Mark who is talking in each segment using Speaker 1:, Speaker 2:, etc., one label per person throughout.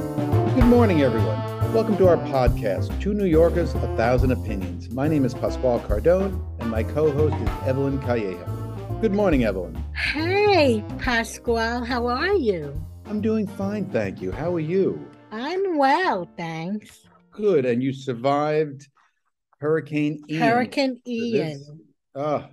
Speaker 1: Good morning, everyone. Welcome to our podcast, Two New Yorkers, A Thousand Opinions. My name is Pasquale Cardone, and my co host is Evelyn Calleja. Good morning, Evelyn.
Speaker 2: Hey, Pasquale, how are you?
Speaker 1: I'm doing fine, thank you. How are you?
Speaker 2: I'm well, thanks.
Speaker 1: Good. And you survived Hurricane Ian.
Speaker 2: Hurricane
Speaker 1: This-
Speaker 2: Ian.
Speaker 1: Ah,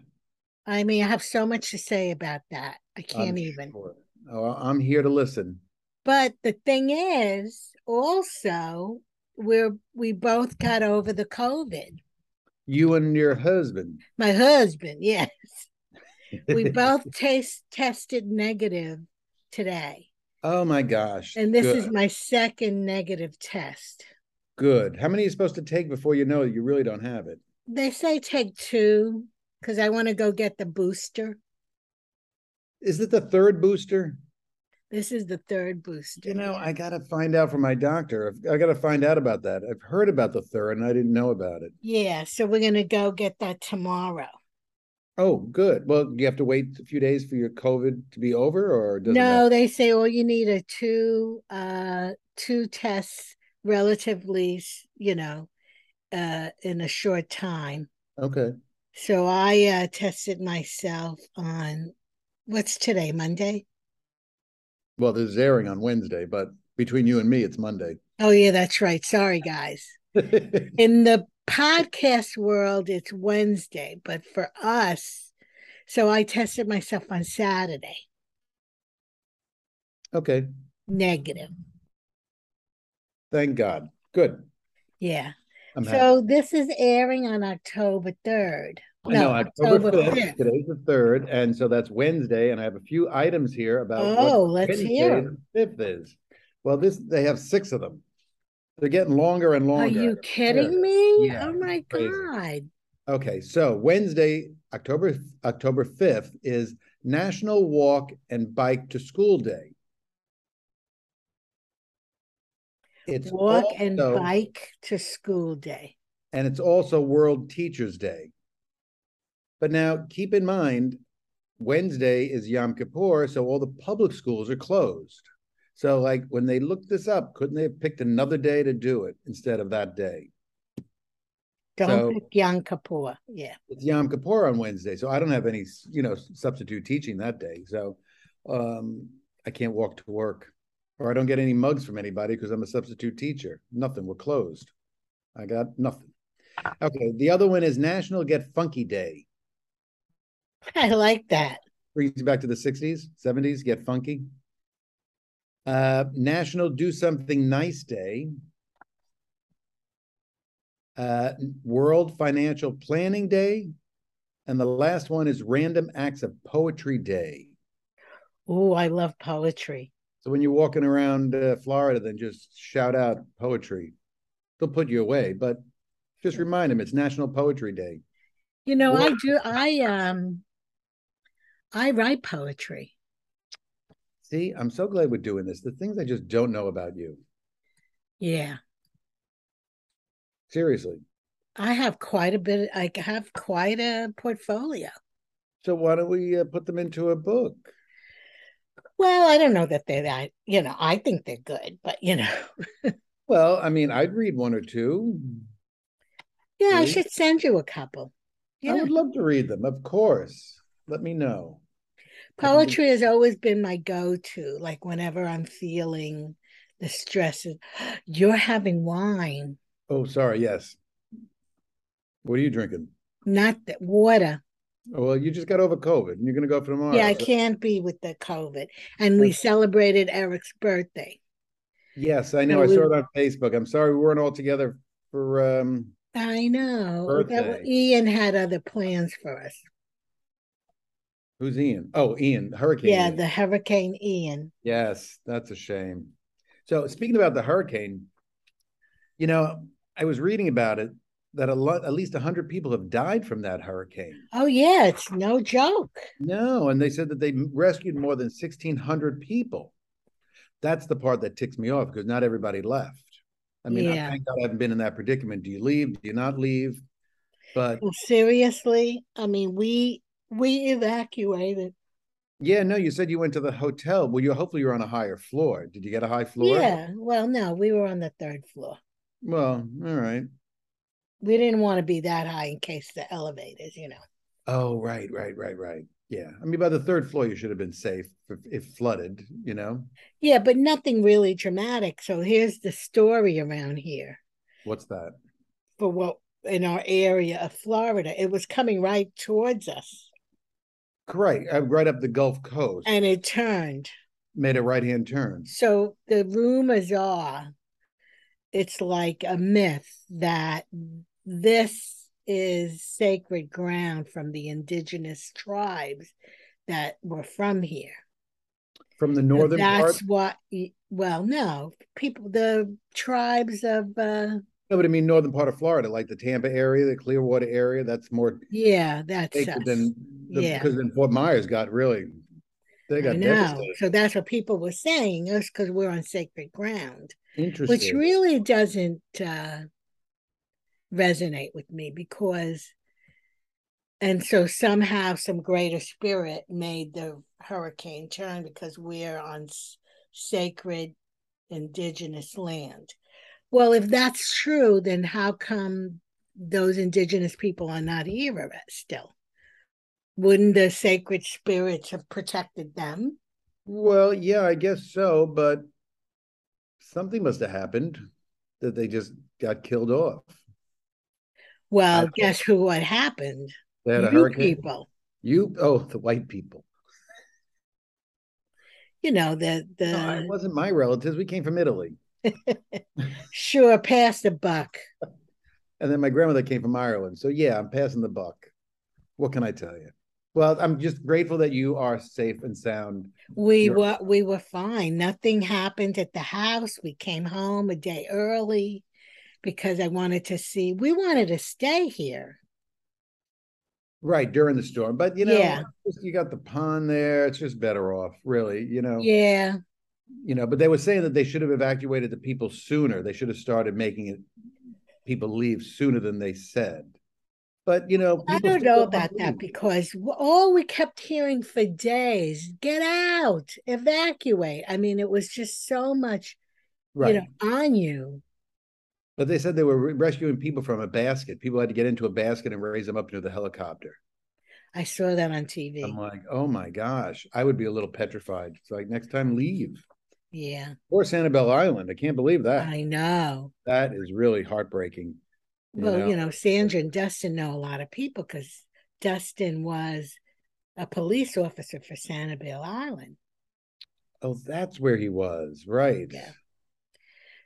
Speaker 2: I mean, I have so much to say about that. I can't
Speaker 1: I'm
Speaker 2: even.
Speaker 1: sure. Oh, I'm here to listen.
Speaker 2: But the thing is, also, we're we both got over the COVID.
Speaker 1: You and your husband.
Speaker 2: My husband, yes. We both taste tested negative today.
Speaker 1: oh, my gosh.
Speaker 2: And this
Speaker 1: Good.
Speaker 2: is my second negative test.
Speaker 1: Good. How many are you supposed to take before you know you really don't have it?
Speaker 2: They say take two because I want to go get the booster.
Speaker 1: Is it the third booster?
Speaker 2: This is the third booster.
Speaker 1: You know, I got to find out from my doctor. I've- I got to find out about that. I've heard about the third and I didn't know about it.
Speaker 2: Yeah, so we're gonna go get that tomorrow.
Speaker 1: Oh, good. Well, do you have to wait a few days for your COVID to be over or doesn't
Speaker 2: No,
Speaker 1: matter?
Speaker 2: they say all you need are two uh two tests relatively, s- you know, uh in a short time.
Speaker 1: Okay.
Speaker 2: So I uh tested myself on what's today, Monday?
Speaker 1: Well, there's airing on Wednesday, but between you and me, it's Monday.
Speaker 2: Oh yeah, that's right. Sorry guys. In the podcast world, it's Wednesday, but for us, so I tested myself on Saturday,
Speaker 1: okay.
Speaker 2: negative.
Speaker 1: Thank God. Good.
Speaker 2: Yeah.
Speaker 1: I'm happy.
Speaker 2: So this is airing on October third.
Speaker 1: I know
Speaker 2: no,
Speaker 1: October
Speaker 2: October
Speaker 1: 5th,
Speaker 2: fifth.
Speaker 1: today's the third. And so that's Wednesday. And I have a few items here about what
Speaker 2: Oh, let's hear.
Speaker 1: Wednesday,
Speaker 2: 'em.
Speaker 1: the fifth is. Well, this they have six of them. They're getting longer and
Speaker 2: Are
Speaker 1: longer.
Speaker 2: Oh, you
Speaker 1: Yeah.
Speaker 2: kidding me?
Speaker 1: Yeah,
Speaker 2: Oh my
Speaker 1: crazy.
Speaker 2: God.
Speaker 1: Okay, so Wednesday, October October fifth is National Walk and Bike to School Day. It's
Speaker 2: Walk and
Speaker 1: also-
Speaker 2: bike to school day.
Speaker 1: and it's also World Teachers Day. But now, keep in mind, Wednesday is Yom Kippur, so all the public schools are closed. So, like when they looked this up, couldn't they have picked another day to do it instead of that day?
Speaker 2: Don't
Speaker 1: So-
Speaker 2: pick Yom Kippur. Yeah.
Speaker 1: it's Yom Kippur on Wednesday, so I don't have any, you know, substitute teaching that day. So um, I can't walk to work, or I don't get any mugs from anybody because I'm a substitute teacher. Nothing. We're closed. I got nothing. Okay. The other one is National Get Funky Day.
Speaker 2: I like that.
Speaker 1: Brings you back to the '60s, '70s. Get funky. Uh, National Do Something Nice Day. Uh, World Financial Planning Day. And the last one is Random Acts of Poetry Day.
Speaker 2: Oh, I love poetry.
Speaker 1: So when you're walking around uh, Florida, then just shout out poetry. They'll put you away, but just remind them it's National Poetry Day.
Speaker 2: You know, I
Speaker 1: Well-
Speaker 2: do I um I write poetry.
Speaker 1: See, I'm so glad we're doing this. The things I just don't know about you.
Speaker 2: Yeah.
Speaker 1: Seriously.
Speaker 2: I have quite a bit I have quite a portfolio.
Speaker 1: So why don't we uh, put them into a book?
Speaker 2: Well, I don't know that they're that, you know, I think they're good, but you know.
Speaker 1: Well, I mean, I'd read one or two.
Speaker 2: Yeah, I
Speaker 1: See?
Speaker 2: should send you a couple.
Speaker 1: I
Speaker 2: Yeah.
Speaker 1: would love to read them, of course. Let me know.
Speaker 2: Poetry has always been my go to, like whenever I'm feeling the stresses. You're having wine,
Speaker 1: Oh, sorry. Yes. What are you drinking?
Speaker 2: not the water.
Speaker 1: Oh, well, you just got over COVID and you're going to go for tomorrow.
Speaker 2: yeah, I
Speaker 1: so-
Speaker 2: can't be with the COVID. And we
Speaker 1: Okay.
Speaker 2: celebrated Eric's birthday.
Speaker 1: Yes, I know.
Speaker 2: So
Speaker 1: I
Speaker 2: we-
Speaker 1: saw it on Facebook. I'm sorry we weren't all together for um
Speaker 2: I know. That wa-
Speaker 1: Birthday.
Speaker 2: Ian had other plans for us.
Speaker 1: who's Ian? Oh, Ian, Hurricane.
Speaker 2: Yeah,
Speaker 1: Ian.
Speaker 2: the Hurricane Ian.
Speaker 1: yes, that's a shame. So speaking about the hurricane, you know, I was reading about it that a lot at least 100 people have died from that hurricane.
Speaker 2: Oh, yeah, it's no joke.
Speaker 1: No, and they said that they rescued more than 1600 people. That's the part that ticks me off because not everybody left. I mean, I
Speaker 2: Yeah.
Speaker 1: thank God I haven't been in that predicament. Do you leave? Do you not leave? But
Speaker 2: Well, seriously, I mean, we we evacuated
Speaker 1: Yeah, no, you said you went to the hotel. Well, you hopefully you're on a higher floor. Did you get a high floor?
Speaker 2: Yeah. Well, no, we were on the third floor.
Speaker 1: Well, all right.
Speaker 2: We didn't want to be that high in case the elevators, you know.
Speaker 1: Oh, right, right, right, right. Yeah. I mean, by the third floor, you should have been safe if, if flooded, you know?
Speaker 2: Yeah, but nothing really dramatic. So here's the story around here
Speaker 1: What's that?
Speaker 2: for what in our area of Florida. It was coming right towards us
Speaker 1: Right, uh, right up the Gulf Coast.
Speaker 2: and it turned.
Speaker 1: made a right hand turn.
Speaker 2: So the rumors are it's like a myth that this is sacred ground from the indigenous tribes that were from here.
Speaker 1: From the northern part.
Speaker 2: That's what, well, no, people, the tribes of, uh,
Speaker 1: No, but I mean northern part of Florida, like the Tampa area, the Clearwater area. That's more
Speaker 2: yeah, that's us.
Speaker 1: sacred than the,
Speaker 2: Yeah.
Speaker 1: because then Fort Myers got really they
Speaker 2: I
Speaker 1: got
Speaker 2: know.
Speaker 1: devastated.
Speaker 2: So that's what people were saying, us because we're on sacred ground.
Speaker 1: Interesting.
Speaker 2: which really doesn't uh, resonate with me because and so somehow some greater spirit made the hurricane turn because we're on s- sacred indigenous land well if that's true then how come those indigenous people are not here of it still wouldn't the sacred spirits have protected them
Speaker 1: Well, yeah, I guess so, but something must have happened that they just got killed off.
Speaker 2: well
Speaker 1: don't-
Speaker 2: guess who what happened
Speaker 1: They had a
Speaker 2: You
Speaker 1: hurricane.
Speaker 2: people
Speaker 1: You oh, the white people.
Speaker 2: you know the the
Speaker 1: No, it wasn't my relatives. We came from Italy.
Speaker 2: sure pass the buck
Speaker 1: And then my grandmother came from Ireland. So yeah, I'm passing the buck. What can I tell you? Well, I'm just grateful that you are safe and sound.
Speaker 2: we
Speaker 1: You're-
Speaker 2: were we were fine nothing happened at the house we came home a day early because i wanted to see we wanted to stay here
Speaker 1: Right during the storm, but you know,
Speaker 2: Yeah.
Speaker 1: just- you got the pond there. It's just better off, really. You know,
Speaker 2: yeah
Speaker 1: you know. But they were saying that they should have evacuated the people sooner. They should have started making it people leave sooner than they said. But you know,
Speaker 2: i
Speaker 1: people
Speaker 2: don't
Speaker 1: still
Speaker 2: know
Speaker 1: wanna
Speaker 2: about that
Speaker 1: leave.
Speaker 2: because w- all we kept hearing for days get out evacuate i mean it was just so much
Speaker 1: right?
Speaker 2: you know on you
Speaker 1: But they said they were re- rescuing people from a basket. People had to get into a basket and raise them up into the helicopter.
Speaker 2: i saw that on tv
Speaker 1: I'm like, oh my gosh, I would be a little petrified. It's like next time, leave
Speaker 2: yeah
Speaker 1: or Sanibel Island. I can't believe that.
Speaker 2: i know
Speaker 1: that is really heartbreaking. you
Speaker 2: Well,
Speaker 1: know?
Speaker 2: you know, Sandra and Dustin know a lot of people because Dustin was a police officer for Sanibel Island.
Speaker 1: Oh, that's where he was, right?
Speaker 2: Yeah.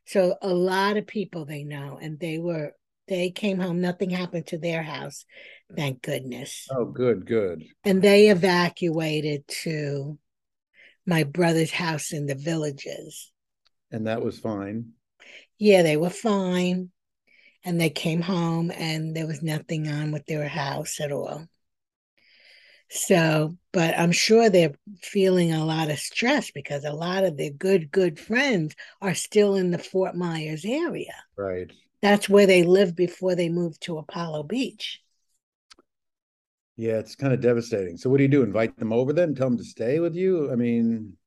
Speaker 2: So a lot of people they know, and they were they came home, nothing happened to their house, thank goodness.
Speaker 1: Oh, good, good.
Speaker 2: And they evacuated to my brother's house in the villages.
Speaker 1: And that was fine.
Speaker 2: Yeah, they were fine. And they came home and there was nothing on with their house at all. So, but I'm sure they're feeling a lot of stress because a lot of their good, good friends are still in the Fort Myers area.
Speaker 1: Right.
Speaker 2: That's where they lived before they moved to Apollo Beach.
Speaker 1: Yeah, it's kind of devastating. So what do you do? Invite them over then? Tell them to stay with you? I mean,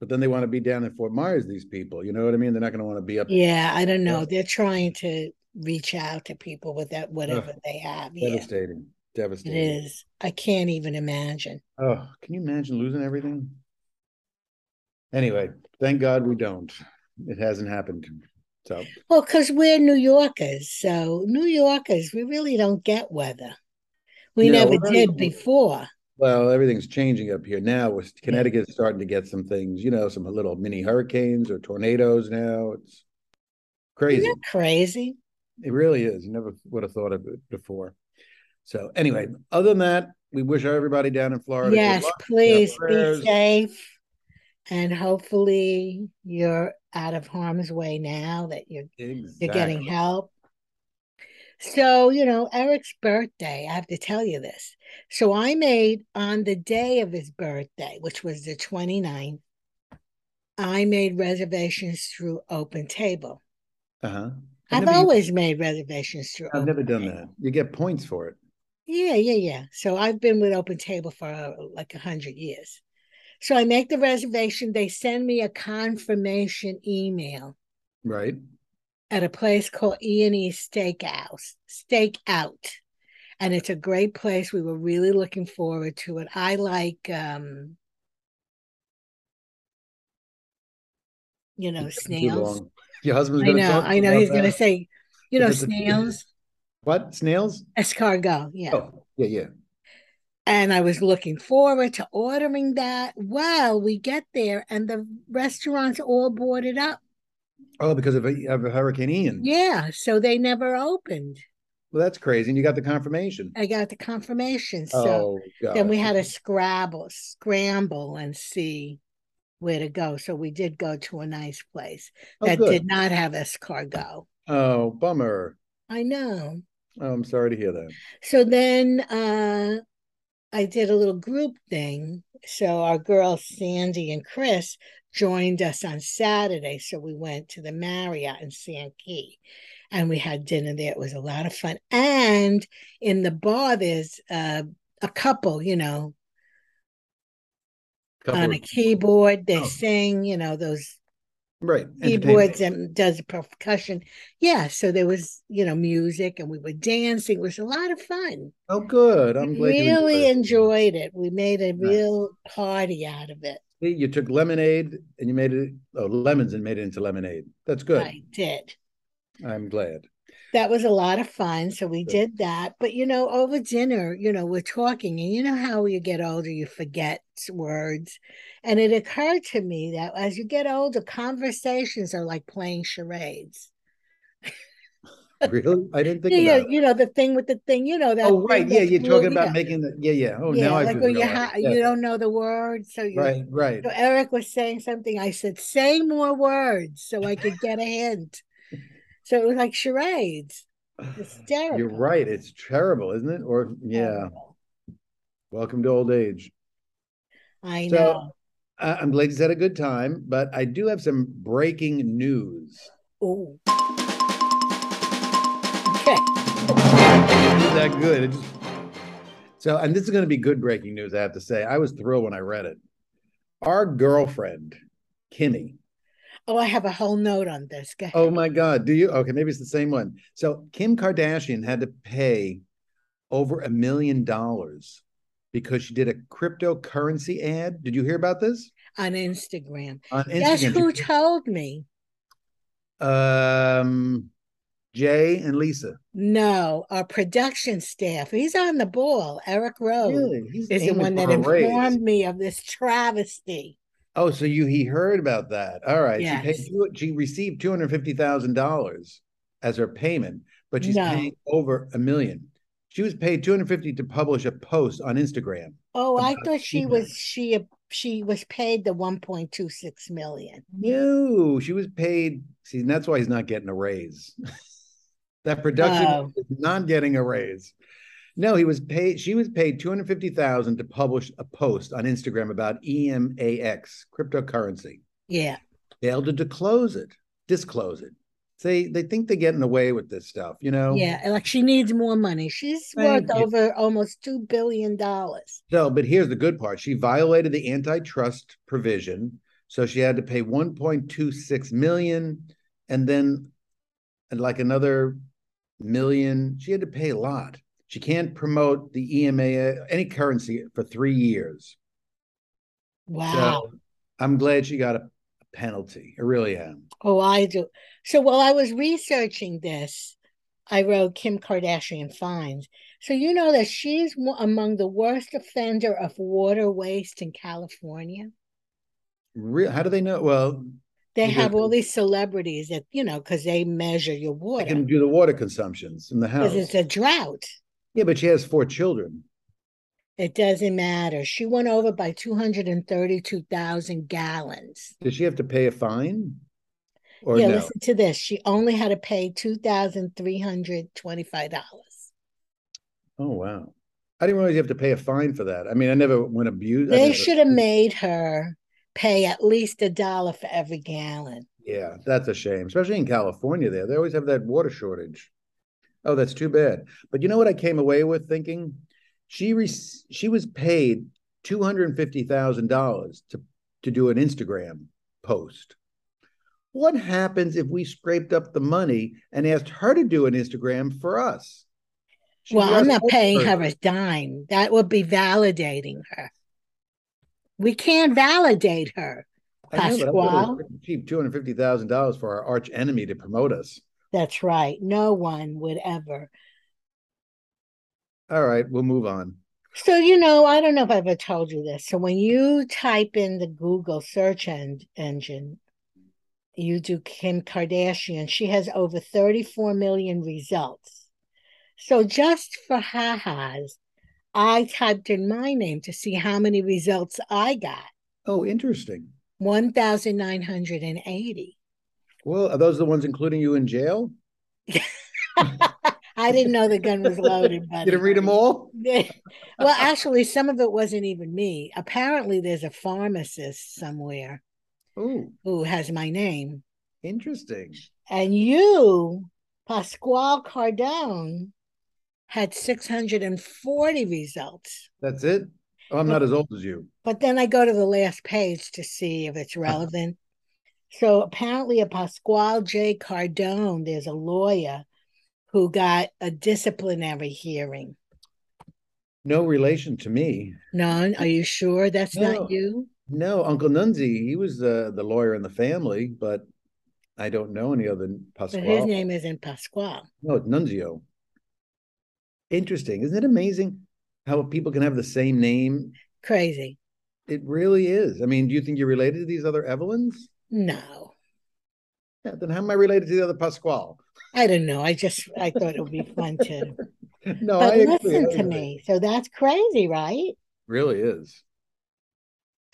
Speaker 1: but then they want to be down in Fort Myers, these people. You know what I mean? They're not going to want to be up
Speaker 2: Yeah, I don't know.
Speaker 1: Yeah.
Speaker 2: They're trying to reach out to people with that, whatever they have. Yeah,
Speaker 1: devastating.
Speaker 2: it
Speaker 1: Devastating.
Speaker 2: is. I can't even imagine.
Speaker 1: Oh, can you imagine losing everything? Anyway, thank God we don't. It hasn't happened. So
Speaker 2: Well, because we're New Yorkers, so New Yorkers, we really don't get weather. We
Speaker 1: Yeah,
Speaker 2: never
Speaker 1: well,
Speaker 2: did before.
Speaker 1: Well, everything's changing up here now. We're- Connecticut's starting to get some things, you know, some little mini hurricanes or tornadoes now. It's
Speaker 2: Isn't
Speaker 1: crazy.
Speaker 2: that crazy?
Speaker 1: It really is. You never would have thought of it before. So, anyway, other than that, we wish everybody down in Florida good
Speaker 2: Yes,
Speaker 1: luck.
Speaker 2: please
Speaker 1: prayers.
Speaker 2: be safe. And hopefully you're out of harm's way now that you're you're getting
Speaker 1: Exactly.
Speaker 2: help. So, you know, Eric's birthday, I have to tell you this. So I made on the day of his birthday, which was the 29th, I made reservations through Open Table.
Speaker 1: Uh-huh.
Speaker 2: I've
Speaker 1: never-
Speaker 2: always made reservations through
Speaker 1: I've
Speaker 2: Open
Speaker 1: never done
Speaker 2: Table.
Speaker 1: that. You get points for it.
Speaker 2: Yeah, yeah, yeah. So I've been with Open Table for uh, like a hundred years. So I make the reservation. They send me a confirmation email
Speaker 1: Right.
Speaker 2: at a place called E and E Steakhouse, Stakeout, and it's a great place. We were really looking forward to it. I like, um, you know,
Speaker 1: It's taking too
Speaker 2: snails.
Speaker 1: long. Your husband's
Speaker 2: I
Speaker 1: going to
Speaker 2: know,
Speaker 1: talk.
Speaker 2: I know.
Speaker 1: about
Speaker 2: He's going to
Speaker 1: that.
Speaker 2: say, you know,
Speaker 1: If it's a-
Speaker 2: snails,
Speaker 1: What snails?
Speaker 2: escargot. Yeah.
Speaker 1: Oh, yeah, yeah.
Speaker 2: And I was looking forward to ordering that. Well, we get there and the restaurant's all boarded up.
Speaker 1: Oh, because of, a, of a Hurricane Ian.
Speaker 2: Yeah. So they never opened.
Speaker 1: Well, that's crazy. And you got the confirmation.
Speaker 2: I got the confirmation. So
Speaker 1: Oh, God.
Speaker 2: then we had to scrabble, scramble and see where to go. So we did go to a nice place
Speaker 1: oh,
Speaker 2: that
Speaker 1: good.
Speaker 2: did not have escargot.
Speaker 1: Oh, bummer.
Speaker 2: I know.
Speaker 1: Oh, I'm sorry to hear that.
Speaker 2: So then uh, I did a little group thing. So our girls, Sandy and Chris, joined us on Saturday. So we went to the Marriott in Sankey and we had dinner there. It was a lot of fun. And in the bar, there's uh, a couple, you know,
Speaker 1: Couple
Speaker 2: on a
Speaker 1: of-
Speaker 2: keyboard. They
Speaker 1: Oh.
Speaker 2: sing, you know, those
Speaker 1: right.
Speaker 2: keyboards
Speaker 1: entertainment.
Speaker 2: and does percussion. Yeah. So there was, you know, music and we were dancing. It was a lot of fun.
Speaker 1: Oh, good. I'm
Speaker 2: We
Speaker 1: glad you
Speaker 2: really
Speaker 1: enjoyed
Speaker 2: enjoyed it. We made a
Speaker 1: Nice.
Speaker 2: real party out of it.
Speaker 1: it. See, You took lemonade and you made it, oh, lemons and made it into lemonade. That's good.
Speaker 2: I did.
Speaker 1: I'm glad.
Speaker 2: That was a lot of fun. So we
Speaker 1: Good.
Speaker 2: did that. But you know, over dinner, you know, we're talking, and you know how you get older, you forget words. And it occurred to me that as you get older, conversations are like playing charades.
Speaker 1: Really? I didn't think about
Speaker 2: Yeah, yeah,
Speaker 1: it.
Speaker 2: you know, the thing with the thing, you know, that
Speaker 1: Oh, right.
Speaker 2: thing
Speaker 1: Yeah,
Speaker 2: that's
Speaker 1: you're talking
Speaker 2: glued
Speaker 1: about
Speaker 2: together.
Speaker 1: making the, yeah, yeah. Oh,
Speaker 2: yeah,
Speaker 1: now I
Speaker 2: like
Speaker 1: feel
Speaker 2: when you
Speaker 1: realize.
Speaker 2: ha-
Speaker 1: Yeah.
Speaker 2: you don't know the word, so you
Speaker 1: Right, right.
Speaker 2: So Eric was saying something. I said, say more words so I could get a hint. So it was like charades. Hysterical.
Speaker 1: You're right. It's terrible, isn't it? Or yeah.
Speaker 2: Terrible.
Speaker 1: Welcome to old age.
Speaker 2: I
Speaker 1: So-
Speaker 2: know.
Speaker 1: I- I'm glad you had a good time, but I do have some breaking news.
Speaker 2: Oh. Okay.
Speaker 1: Isn't that good? It just- So, and this is going to be good breaking news. I have to say, I was thrilled when I read it. Our girlfriend, Kimmy.
Speaker 2: Oh, I have a whole note on this. Go ahead.
Speaker 1: Oh my God, do you? Okay, maybe it's the same one. So Kim Kardashian had to pay over a million dollars because she did a cryptocurrency ad. Did you hear about this
Speaker 2: On Instagram.
Speaker 1: on
Speaker 2: Guess
Speaker 1: Instagram?
Speaker 2: who told me?
Speaker 1: um, Jay and Lisa.
Speaker 2: No, our production staff. He's on the ball. Eric Rose
Speaker 1: He's
Speaker 2: Oh, is the
Speaker 1: aiming
Speaker 2: one that
Speaker 1: for a raise.
Speaker 2: informed me of this travesty.
Speaker 1: Oh, so you he heard about that. All right. She paid
Speaker 2: Yes.
Speaker 1: two, she received two hundred fifty thousand dollars as her payment, but she's
Speaker 2: No.
Speaker 1: paying over a million. She was paid two hundred fifty to publish a post on Instagram.
Speaker 2: Oh, I
Speaker 1: About
Speaker 2: thought she
Speaker 1: Sheena.
Speaker 2: was she she was paid the 1.26 million.
Speaker 1: No, she was paid. See, and that's why he's not getting a raise. that production
Speaker 2: Oh.
Speaker 1: is not getting a raise. No, he was paid. She was paid two hundred fifty thousand to publish a post on Instagram about E EMAX cryptocurrency.
Speaker 2: Yeah.
Speaker 1: failed to disclose it, disclose it. They they think they're getting away with this stuff, you know.
Speaker 2: Yeah. and, Like she needs more money. She's
Speaker 1: Thank
Speaker 2: worth
Speaker 1: you.
Speaker 2: over almost two billion dollars.
Speaker 1: So, but here's the good part: she violated the antitrust provision, so she had to pay 1.26 million, and then and like another million. She had to pay a lot. She can't promote the E EMA uh, any currency for three years.
Speaker 2: Wow.
Speaker 1: So, I'm glad she got a penalty. I really am.
Speaker 2: Oh, I do. So while I was researching this, I wrote Kim Kardashian fines. So you know that she's mo- among the worst offender of water waste in California.
Speaker 1: Real? How do they know? Well,
Speaker 2: They
Speaker 1: Because-
Speaker 2: have all these celebrities that you know because they measure your
Speaker 1: they
Speaker 2: water
Speaker 1: can do the water consumptions in the house.
Speaker 2: because it's a drought.
Speaker 1: Yeah, but she has four children.
Speaker 2: It doesn't matter. She went over by 232,000 gallons.
Speaker 1: Does she have to pay a fine? Or
Speaker 2: yeah,
Speaker 1: no?
Speaker 2: listen to this. She only had to pay $2,325.
Speaker 1: Oh wow. I didn't realize you have to pay a fine for that. I mean, I never went abused.
Speaker 2: They should have made her pay at least a dollar for every gallon.
Speaker 1: Yeah, that's a shame, especially in California. There, they always have that water shortage. Oh, that's too bad. But you know what I came away with thinking? She re- she was paid two hundred and fifty thousand dollars to to do an Instagram post. What happens if we scraped up the money and asked her to do an Instagram for us? She
Speaker 2: well, I'm
Speaker 1: does
Speaker 2: not
Speaker 1: it
Speaker 2: paying
Speaker 1: for
Speaker 2: her a dime. That would be validating her. We can't validate her.
Speaker 1: I know, but I thought it was
Speaker 2: Pasquale.
Speaker 1: pretty Cheap, two hundred fifty thousand dollars for our arch enemy to promote us.
Speaker 2: That's right. No one would ever.
Speaker 1: All right, we'll move on.
Speaker 2: So, you know, I don't know if I ever told you this. So, when you type in the Google search en- engine, you do Kim Kardashian, she has over 34 million results. So, just for ha-has, I typed in my name to see how many results I got
Speaker 1: Oh, interesting.
Speaker 2: 1,980.
Speaker 1: Well, are those the ones including you in jail?
Speaker 2: I didn't know the gun was loaded, but
Speaker 1: Mm. You didn't read them all?
Speaker 2: well, actually, some of it wasn't even me. Apparently, there's a pharmacist somewhere
Speaker 1: Oh,
Speaker 2: who has my name.
Speaker 1: interesting.
Speaker 2: And you, Pasquale Cardone, had 640 results.
Speaker 1: That's it. Oh, I'm not as old as you.
Speaker 2: But then I go to the last page to see if
Speaker 1: Uh-huh.
Speaker 2: it's relevant. so apparently, a Pasquale J. Cardone, there's a lawyer who got a disciplinary hearing.
Speaker 1: No relation to me.
Speaker 2: None? Are you sure that's
Speaker 1: No.
Speaker 2: not you?
Speaker 1: No, Uncle Nunzi, he was the the lawyer in the family, but I don't know any other
Speaker 2: But
Speaker 1: Pasquale.
Speaker 2: his name isn't Pasquale.
Speaker 1: No, it's Nunzio. Interesting. Isn't it amazing how people can have the same name?
Speaker 2: Crazy.
Speaker 1: It really is. I mean, do you think you're related to these other Evelyns?
Speaker 2: No,
Speaker 1: Yeah, then how am I related to the other Pasquale?
Speaker 2: I don't know. I just I thought it would be fun to.
Speaker 1: No,
Speaker 2: But
Speaker 1: I agree.
Speaker 2: listen
Speaker 1: I
Speaker 2: to
Speaker 1: agree.
Speaker 2: me. So that's crazy, right?
Speaker 1: Really is.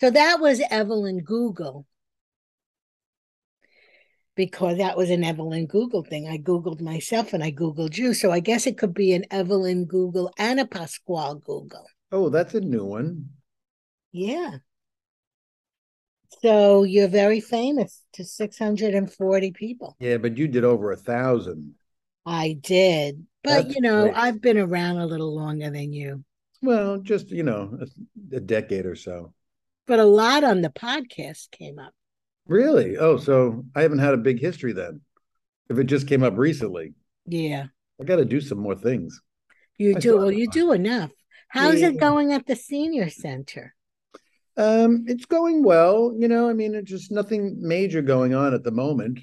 Speaker 2: So that was Evelyn Google. Because that was an Evelyn Google thing. I Googled myself and I Googled you. So I guess it could be an Evelyn Google and a Pasquale Google.
Speaker 1: Oh, that's a new one.
Speaker 2: Yeah. So you're very famous to 640 people.
Speaker 1: Yeah, but you did over a thousand.
Speaker 2: I did. But
Speaker 1: That's
Speaker 2: you know,
Speaker 1: great.
Speaker 2: I've been around a little longer than you.
Speaker 1: Well, just, you know, a, a decade or so.
Speaker 2: but a lot on the podcast came up.
Speaker 1: Really? Oh, so I haven't had a big history then. If it just came up recently,
Speaker 2: Yeah,
Speaker 1: I got to do some more things.
Speaker 2: you
Speaker 1: I
Speaker 2: do.
Speaker 1: thought
Speaker 2: Well,
Speaker 1: it
Speaker 2: you
Speaker 1: was.
Speaker 2: do enough. How's it
Speaker 1: Yeah.
Speaker 2: going at the senior center?
Speaker 1: Um, it's going well, you know. I mean, it's just nothing major going on at the moment.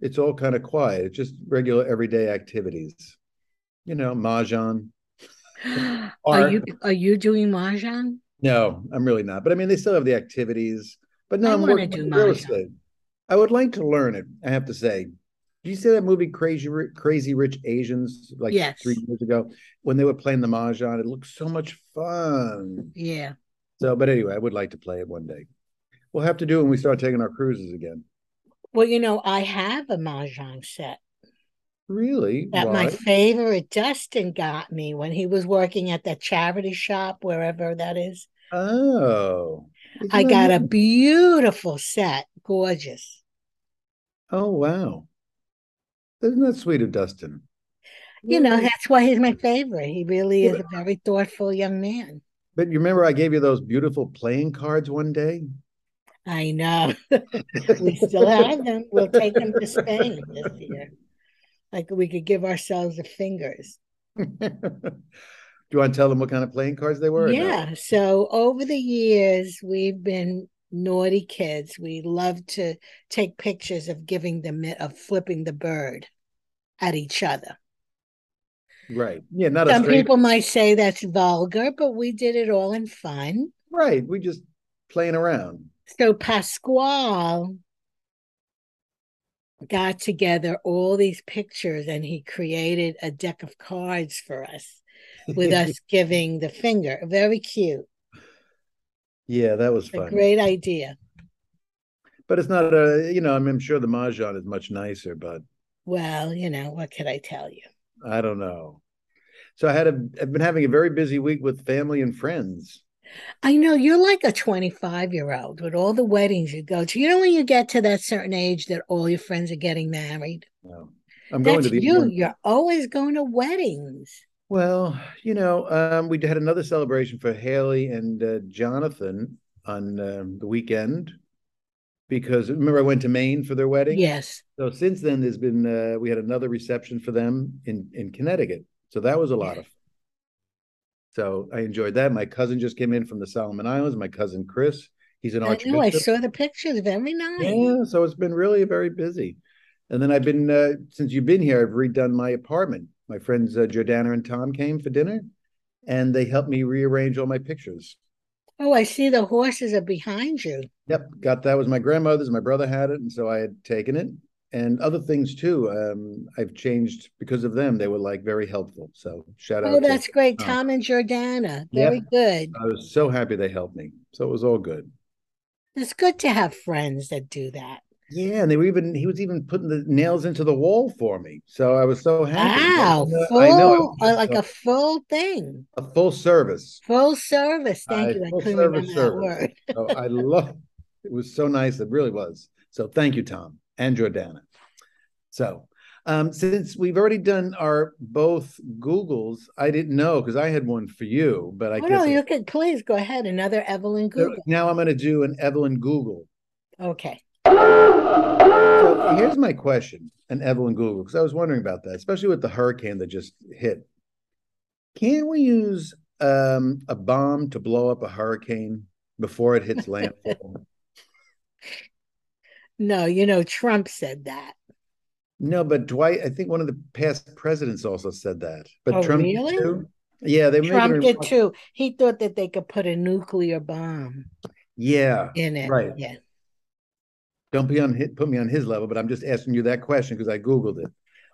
Speaker 1: It's all kind of quiet. It's just regular everyday activities. You know, mahjong.
Speaker 2: are
Speaker 1: Or-
Speaker 2: you are you doing mahjong?
Speaker 1: No, I'm really not. But I mean, they still have the activities. But no,
Speaker 2: I
Speaker 1: I'm
Speaker 2: wanna
Speaker 1: working
Speaker 2: do
Speaker 1: with real
Speaker 2: mahjong.
Speaker 1: estate. I would like to learn it. I have to say. Did you see that movie Crazy Ri- Crazy Rich Asians like
Speaker 2: Yes.
Speaker 1: three years ago when they were playing the mahjong? It looked so much fun.
Speaker 2: Yeah.
Speaker 1: So, but anyway, I would like to play it one day. We'll have to do it when we start taking our cruises again.
Speaker 2: Well, you know, I have a mahjong set
Speaker 1: Really?
Speaker 2: that
Speaker 1: Why?
Speaker 2: my favorite Dustin got me when he was working at that charity shop, wherever that is.
Speaker 1: Oh.
Speaker 2: I
Speaker 1: Isn't that
Speaker 2: got a
Speaker 1: nice?
Speaker 2: beautiful set, gorgeous.
Speaker 1: Oh wow. Isn't that sweet of Dustin?
Speaker 2: You know,
Speaker 1: Yeah.
Speaker 2: that's why he's my favorite. He really
Speaker 1: Yeah,
Speaker 2: is a very thoughtful young man.
Speaker 1: But you remember I gave you those beautiful playing cards one day?
Speaker 2: I know. We still have them. We'll take them to Spain this year. Like we could give ourselves the fingers.
Speaker 1: Do you want to tell them what kind of playing cards they were? or no?
Speaker 2: Yeah. So over the years, we've been naughty kids. We love to take pictures of giving the mi- of flipping the bird at each other.
Speaker 1: Right. Yeah, not a
Speaker 2: Some
Speaker 1: straight.
Speaker 2: people might say that's vulgar, but we did it all in fun.
Speaker 1: Right. We just playing around.
Speaker 2: So Pasquale got together all these pictures and he created a deck of cards for us. with us giving the finger. Very cute.
Speaker 1: Yeah, that was
Speaker 2: A
Speaker 1: fun.
Speaker 2: great idea.
Speaker 1: But it's not a, you know, I mean, I'm sure the Mahjong is much nicer, but
Speaker 2: Well, you know, what could I tell you?
Speaker 1: I don't know. So I had a, I've been having a very busy week with family and friends.
Speaker 2: I know you're like a 25 year old with all the weddings you go to. You know, when you get to that certain age that all your friends are getting married,
Speaker 1: No. I'm going
Speaker 2: that's
Speaker 1: to the
Speaker 2: you. You're always going to weddings.
Speaker 1: Well, you know, um, we had another celebration for Haley and uh, Jonathan on um, the weekend because remember I went to Maine for their wedding.
Speaker 2: Yes.
Speaker 1: So since then, there's been uh, we had another reception for them in in Connecticut. So that was a lot of. fun. So I enjoyed that. My cousin just came in from the Solomon Islands. My cousin Chris, he's an
Speaker 2: I know. I
Speaker 1: archbishop.
Speaker 2: saw the pictures very nice.
Speaker 1: Yeah, so it's been really very busy. And then I've been uh, since you've been here, I've redone my apartment. My friends uh, Jordana and Tom came for dinner, and they helped me rearrange all my pictures.
Speaker 2: Oh, I see the horses are behind you.
Speaker 1: Yep, got that was my grandmother's. My brother had it, and so I had taken it. And other things too. Um, I've changed because of them. They were like very helpful. So shout out.
Speaker 2: Oh,
Speaker 1: to-
Speaker 2: that's great.
Speaker 1: Oh.
Speaker 2: Tom and Jordana. Very good.
Speaker 1: I was so happy they helped me. So it was all good.
Speaker 2: It's good to have friends that do that.
Speaker 1: Yeah, and they were even he was even putting the nails into the wall for me. So I was so happy.
Speaker 2: Wow.
Speaker 1: Yeah,
Speaker 2: Full,
Speaker 1: I know
Speaker 2: uh, like a full thing.
Speaker 1: a full service.
Speaker 2: Full service.
Speaker 1: Uh,
Speaker 2: Thank you. I
Speaker 1: full
Speaker 2: couldn't
Speaker 1: service
Speaker 2: remember that
Speaker 1: service.
Speaker 2: word.
Speaker 1: So I love it was so nice. It really was. So thank you, Tom and Jordana. So um, since we've already done our both Googles, I didn't know because I had one for you, but I
Speaker 2: oh,
Speaker 1: guess
Speaker 2: no,
Speaker 1: I-
Speaker 2: you could please go ahead. Another Evelyn Google.
Speaker 1: now I'm going to do an Evelyn Google.
Speaker 2: Okay.
Speaker 1: So here's my question, an Evelyn Google, because I was wondering about that, especially with the hurricane that just hit. Can we use um, a bomb to blow up a hurricane before it hits landfall?
Speaker 2: No, you know, Trump said that.
Speaker 1: No, but Dwight, I think one of the past presidents also said that. But
Speaker 2: Oh,
Speaker 1: Trump did
Speaker 2: really?
Speaker 1: too? Yeah, they were
Speaker 2: Trump
Speaker 1: making
Speaker 2: did
Speaker 1: a-
Speaker 2: too. He thought that they could put a nuclear bomb
Speaker 1: Yeah.
Speaker 2: in it.
Speaker 1: Right.
Speaker 2: Yeah.
Speaker 1: Don't be on hit put me on his level, but I'm just asking you that question because I Googled it.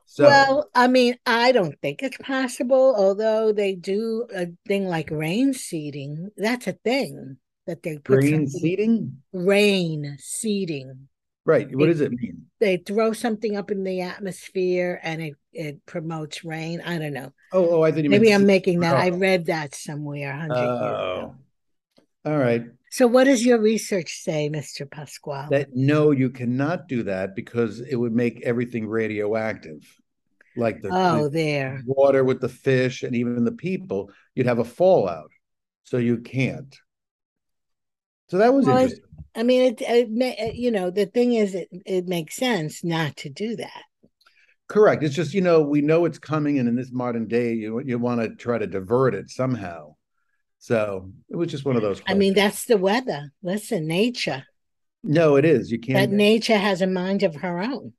Speaker 1: So
Speaker 2: Well, I mean, I don't think it's possible, although they do a thing like rain seeding. That's a thing that they put
Speaker 1: green
Speaker 2: something-
Speaker 1: seeding?
Speaker 2: rain seeding.
Speaker 1: Right. What does it mean?
Speaker 2: They throw something up in the atmosphere and it, it promotes rain. I don't know.
Speaker 1: Oh, oh, I thought you meant
Speaker 2: Maybe I'm making that. I
Speaker 1: Oh.
Speaker 2: read that somewhere a hundred years
Speaker 1: Oh.
Speaker 2: ago.
Speaker 1: All right.
Speaker 2: So what does your research say, Mr. Pasquale?
Speaker 1: That no, you cannot do that because it would make everything radioactive. Like the, the-
Speaker 2: oh, there.
Speaker 1: water with the fish and even the people, you'd have a fallout. So you can't. So that was
Speaker 2: Well, it-
Speaker 1: interesting.
Speaker 2: I mean, it, it, ma- it you know, the thing is, it, it makes sense not to do that.
Speaker 1: Correct. It's just, you know, we know it's coming. And in this modern day, you, you want to try to divert it somehow. So it was just one of those.
Speaker 2: I mean, that's the weather. Listen, nature.
Speaker 1: no, it is. You
Speaker 2: That
Speaker 1: can't.
Speaker 2: nature has a mind of her own.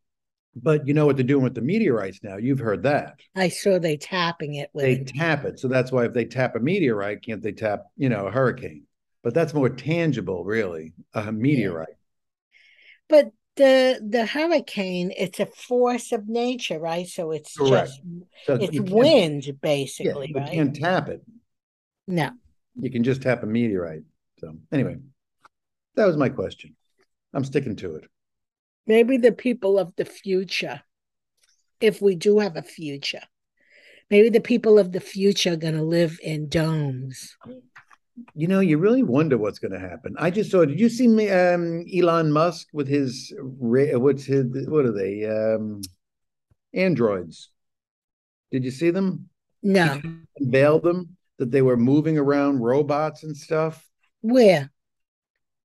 Speaker 1: but you know what they're doing with the meteorites now. You've heard that.
Speaker 2: I saw they tapping it with.
Speaker 1: They
Speaker 2: it.
Speaker 1: tap it. So that's why if they tap a meteorite, can't they tap, you know, a hurricane? But that's more tangible, really, a meteorite.
Speaker 2: But the the hurricane, it's a force of nature, right? So it's
Speaker 1: Correct.
Speaker 2: just
Speaker 1: So
Speaker 2: it's
Speaker 1: you can't-
Speaker 2: wind,
Speaker 1: yeah,
Speaker 2: basically,
Speaker 1: you
Speaker 2: right?
Speaker 1: can't tap it.
Speaker 2: No.
Speaker 1: You can just tap a meteorite. So anyway, that was my question. I'm sticking to it.
Speaker 2: Maybe the people of the future, if we do have a future, maybe the people of the future are going to live in domes.
Speaker 1: You know, you really wonder what's going to happen. I just saw. Did you see me, um, Elon Musk with his ra- what's his what are they um, androids? Did you see them?
Speaker 2: No.
Speaker 1: Unveiled them that they were moving around robots and stuff.
Speaker 2: Where?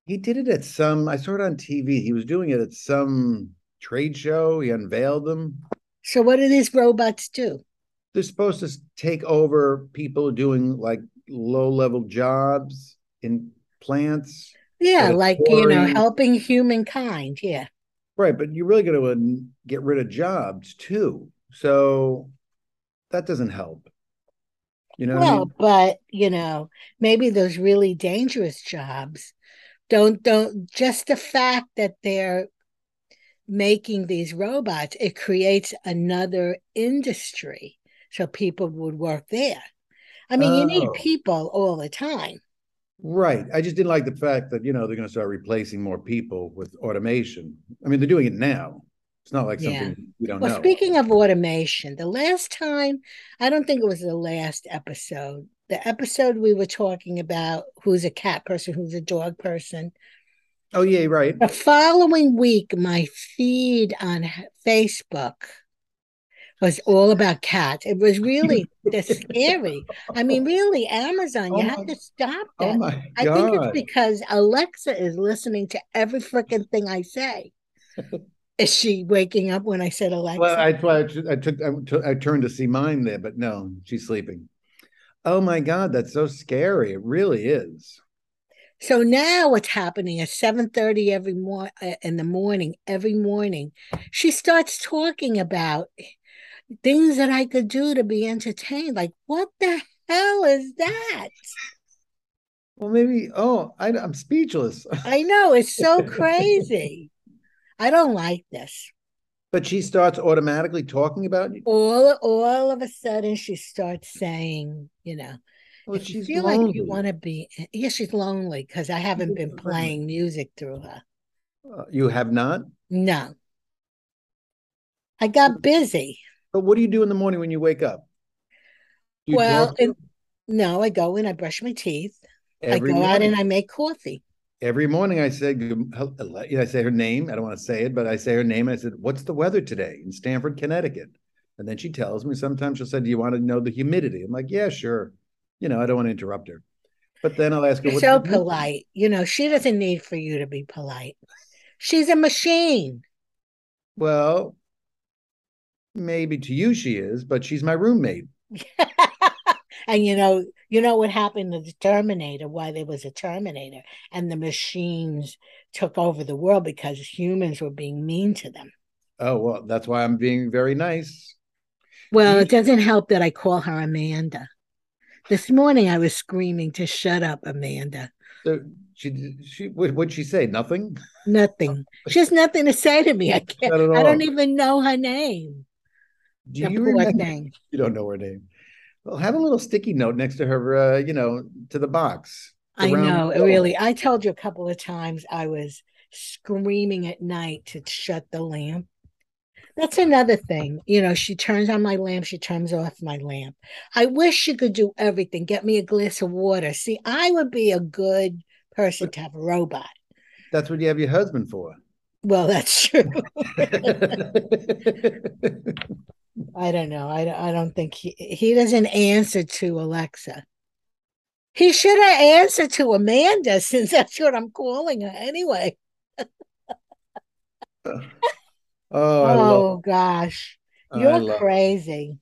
Speaker 1: He did it at some. I saw it on TV. He was doing it at some trade show. He unveiled them.
Speaker 2: So what do these robots do?
Speaker 1: they're supposed to s- take over people doing like low level jobs in plants
Speaker 2: Yeah,
Speaker 1: Sort of
Speaker 2: like you know,
Speaker 1: boring.
Speaker 2: helping humankind. Yeah.
Speaker 1: right but you're really going to get rid of jobs too so that doesn't help you know what I
Speaker 2: Well,
Speaker 1: mean?
Speaker 2: but you know, maybe those really dangerous jobs don't don't just the fact that they're making these robots, it creates another industry. So people would work there. I mean, you need
Speaker 1: Oh.
Speaker 2: people all the time.
Speaker 1: right i just didn't like the fact that you know they're going to start replacing more people with automation i mean they're doing it now it's not like
Speaker 2: Yeah.
Speaker 1: something we don't
Speaker 2: Well,
Speaker 1: know
Speaker 2: speaking of automation, the last time, I don't think it was the last episode, the episode we were talking about who's a cat person, who's a dog person.
Speaker 1: oh yeah right
Speaker 2: The following week, my feed on H- Facebook was all about cats. It was really that's scary. I mean, really, Amazon,
Speaker 1: Oh
Speaker 2: you
Speaker 1: my-
Speaker 2: have to stop that.
Speaker 1: Oh my
Speaker 2: I
Speaker 1: god!
Speaker 2: think it's because Alexa is listening to every freaking thing I say. is she waking up when I said Alexa?
Speaker 1: well, I, well, I took- I took I took- I turned to see mine there, but no, she's sleeping. Oh my god, that's so scary. It really is.
Speaker 2: so now what's happening at 7:30 every mor- uh, in the morning every morning she starts talking about things that I could do to be entertained like what the hell is that?
Speaker 1: Well, maybe. Oh, I, I'm speechless.
Speaker 2: I know it's so crazy. I don't like this.
Speaker 1: But she starts automatically talking about you.
Speaker 2: All all of a sudden she starts saying, you know,
Speaker 1: Well,
Speaker 2: If
Speaker 1: she's
Speaker 2: you feel like
Speaker 1: lonely.
Speaker 2: you want to be, yeah, she's lonely because I haven't been
Speaker 1: Right.
Speaker 2: playing music through her.
Speaker 1: Uh, you have not.
Speaker 2: No, I got busy.
Speaker 1: But what do you do in the morning when you wake up? Do you
Speaker 2: well,
Speaker 1: talk to
Speaker 2: and- no, I go in, I brush my teeth,
Speaker 1: every
Speaker 2: I go out
Speaker 1: morning?
Speaker 2: and I make coffee.
Speaker 1: every morning I say good- hel- you know, I say her name. I don't want to say it, but I say her name. And I said, "What's the weather today in Stamford, Connecticut?" And then she tells me. Sometimes she'll say, "Do you want to know the humidity?" I'm like, "Yeah, sure." You know, I don't want to interrupt her. But then I'll ask her,
Speaker 2: You're
Speaker 1: "What's
Speaker 2: so
Speaker 1: the weather?"
Speaker 2: polite, you know. She doesn't need for you to be polite. She's a machine.
Speaker 1: Well, maybe to you she is, but she's my roommate.
Speaker 2: and you know, you know what happened to the Terminator, why there was a Terminator, and the machines took over the world because humans were being mean to them.
Speaker 1: Oh well, that's why I'm being very nice.
Speaker 2: Well,
Speaker 1: You-
Speaker 2: it doesn't help that I call her Amanda. This morning I was screaming to shut up, Amanda.
Speaker 1: So she she what would she say? Nothing.
Speaker 2: Nothing. She has nothing to say to me. I can't.
Speaker 1: Not at all.
Speaker 2: I don't even know her name.
Speaker 1: Do
Speaker 2: The
Speaker 1: you
Speaker 2: poor
Speaker 1: remember?
Speaker 2: thing.
Speaker 1: You don't know her name. Well, have a little sticky note next to her, uh, you know, to the box.
Speaker 2: I
Speaker 1: Around
Speaker 2: know.
Speaker 1: the
Speaker 2: it
Speaker 1: world.
Speaker 2: Really, I told you a couple of times I was screaming at night to shut the lamp. That's another thing. You know, she turns on my lamp. She turns off my lamp. I wish she could do everything. Get me a glass of water. See, I would be a good person to have a robot.
Speaker 1: That's what you have your husband for.
Speaker 2: Well, that's true.
Speaker 1: well,
Speaker 2: I don't know. I, don't- I don't think he he doesn't answer to Alexa. He should have answered to Amanda since that's what I'm calling her anyway.
Speaker 1: oh,
Speaker 2: Oh,
Speaker 1: I love, Oh,
Speaker 2: gosh,
Speaker 1: I
Speaker 2: you're
Speaker 1: love-
Speaker 2: crazy.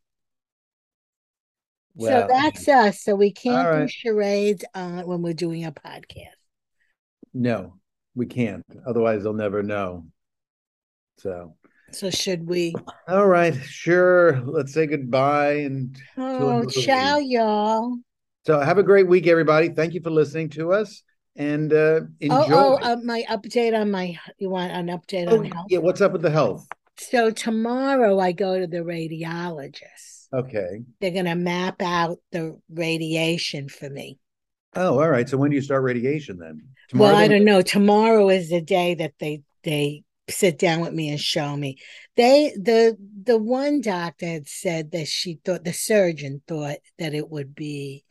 Speaker 1: Wow.
Speaker 2: so that's us. So we can't do
Speaker 1: right.
Speaker 2: charades on when we're doing a podcast.
Speaker 1: no, we can't. Otherwise, they'll never know. So,
Speaker 2: So should we?
Speaker 1: all right, sure. Let's say goodbye. And
Speaker 2: Oh,
Speaker 1: another
Speaker 2: ciao, y'all.
Speaker 1: so, have a great week, everybody. Thank you for listening to us and uh, enjoy.
Speaker 2: Oh, oh, uh, my update on my. You want an update
Speaker 1: Oh,
Speaker 2: on health?
Speaker 1: yeah. What's up with the health?
Speaker 2: So tomorrow I go to the radiologist.
Speaker 1: Okay.
Speaker 2: they're going to map out the radiation for me.
Speaker 1: Oh, all right. So, when do you start radiation then?
Speaker 2: well, I
Speaker 1: then?
Speaker 2: don't know. Tomorrow is the day that they they sit down with me and show me. They the the one doctor had said that she thought the surgeon thought that it would be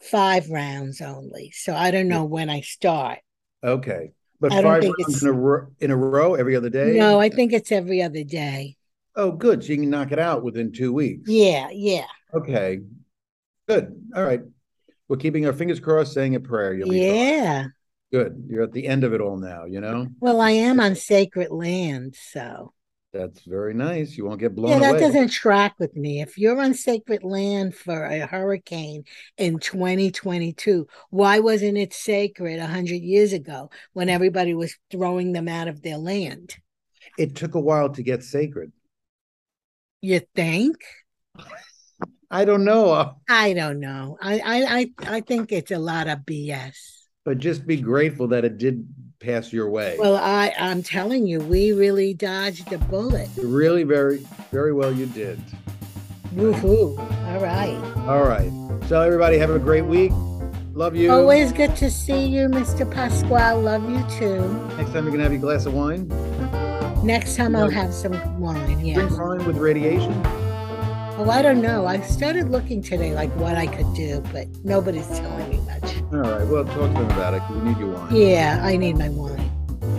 Speaker 2: five rounds only. So I don't know when I start.
Speaker 1: Okay. But
Speaker 2: I don't
Speaker 1: five
Speaker 2: think
Speaker 1: rounds
Speaker 2: it's-
Speaker 1: in a, ro- in a row every other day?
Speaker 2: No, I think it's every other day.
Speaker 1: Oh, good. So you can knock it out within two weeks.
Speaker 2: Yeah, yeah,
Speaker 1: Okay. Good. All right. We're keeping our fingers crossed, saying a prayer. You'll be fine.
Speaker 2: yeah.
Speaker 1: good. You're at the end of it all now, you know?
Speaker 2: Well, I am on sacred land, so.
Speaker 1: That's very nice. You won't get blown
Speaker 2: Yeah, that
Speaker 1: away.
Speaker 2: doesn't track with me. If you're on sacred land for a hurricane in 2022, why wasn't it sacred 100 years ago when everybody was throwing them out of their land?
Speaker 1: It took a while to get sacred.
Speaker 2: You think?
Speaker 1: I don't know,
Speaker 2: I don't know. I I I, I think it's a lot of BS.
Speaker 1: but just be grateful that it did pass your way.
Speaker 2: Well, I I'm telling you, we really dodged a bullet.
Speaker 1: really, very, very well you did.
Speaker 2: Woohoo! All right.
Speaker 1: All right. So, everybody, have a great week. Love you.
Speaker 2: Always good to see you, Mr. Pasquale. Love you too.
Speaker 1: Next time, you're going to have your glass of wine.
Speaker 2: Next time I'll have some wine. Yes.
Speaker 1: Drink wine with radiation.
Speaker 2: Oh, I don't know. I started looking today, like what I could do, but nobody's telling me much.
Speaker 1: All right. Well, talk to them about it. 'cause We need your wine.
Speaker 2: Yeah, I need my wine.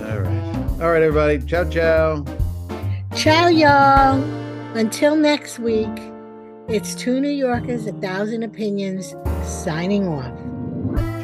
Speaker 1: All right. All right, everybody. Ciao, ciao.
Speaker 2: Ciao, y'all. Until next week, it's two New Yorkers, a thousand opinions, signing off.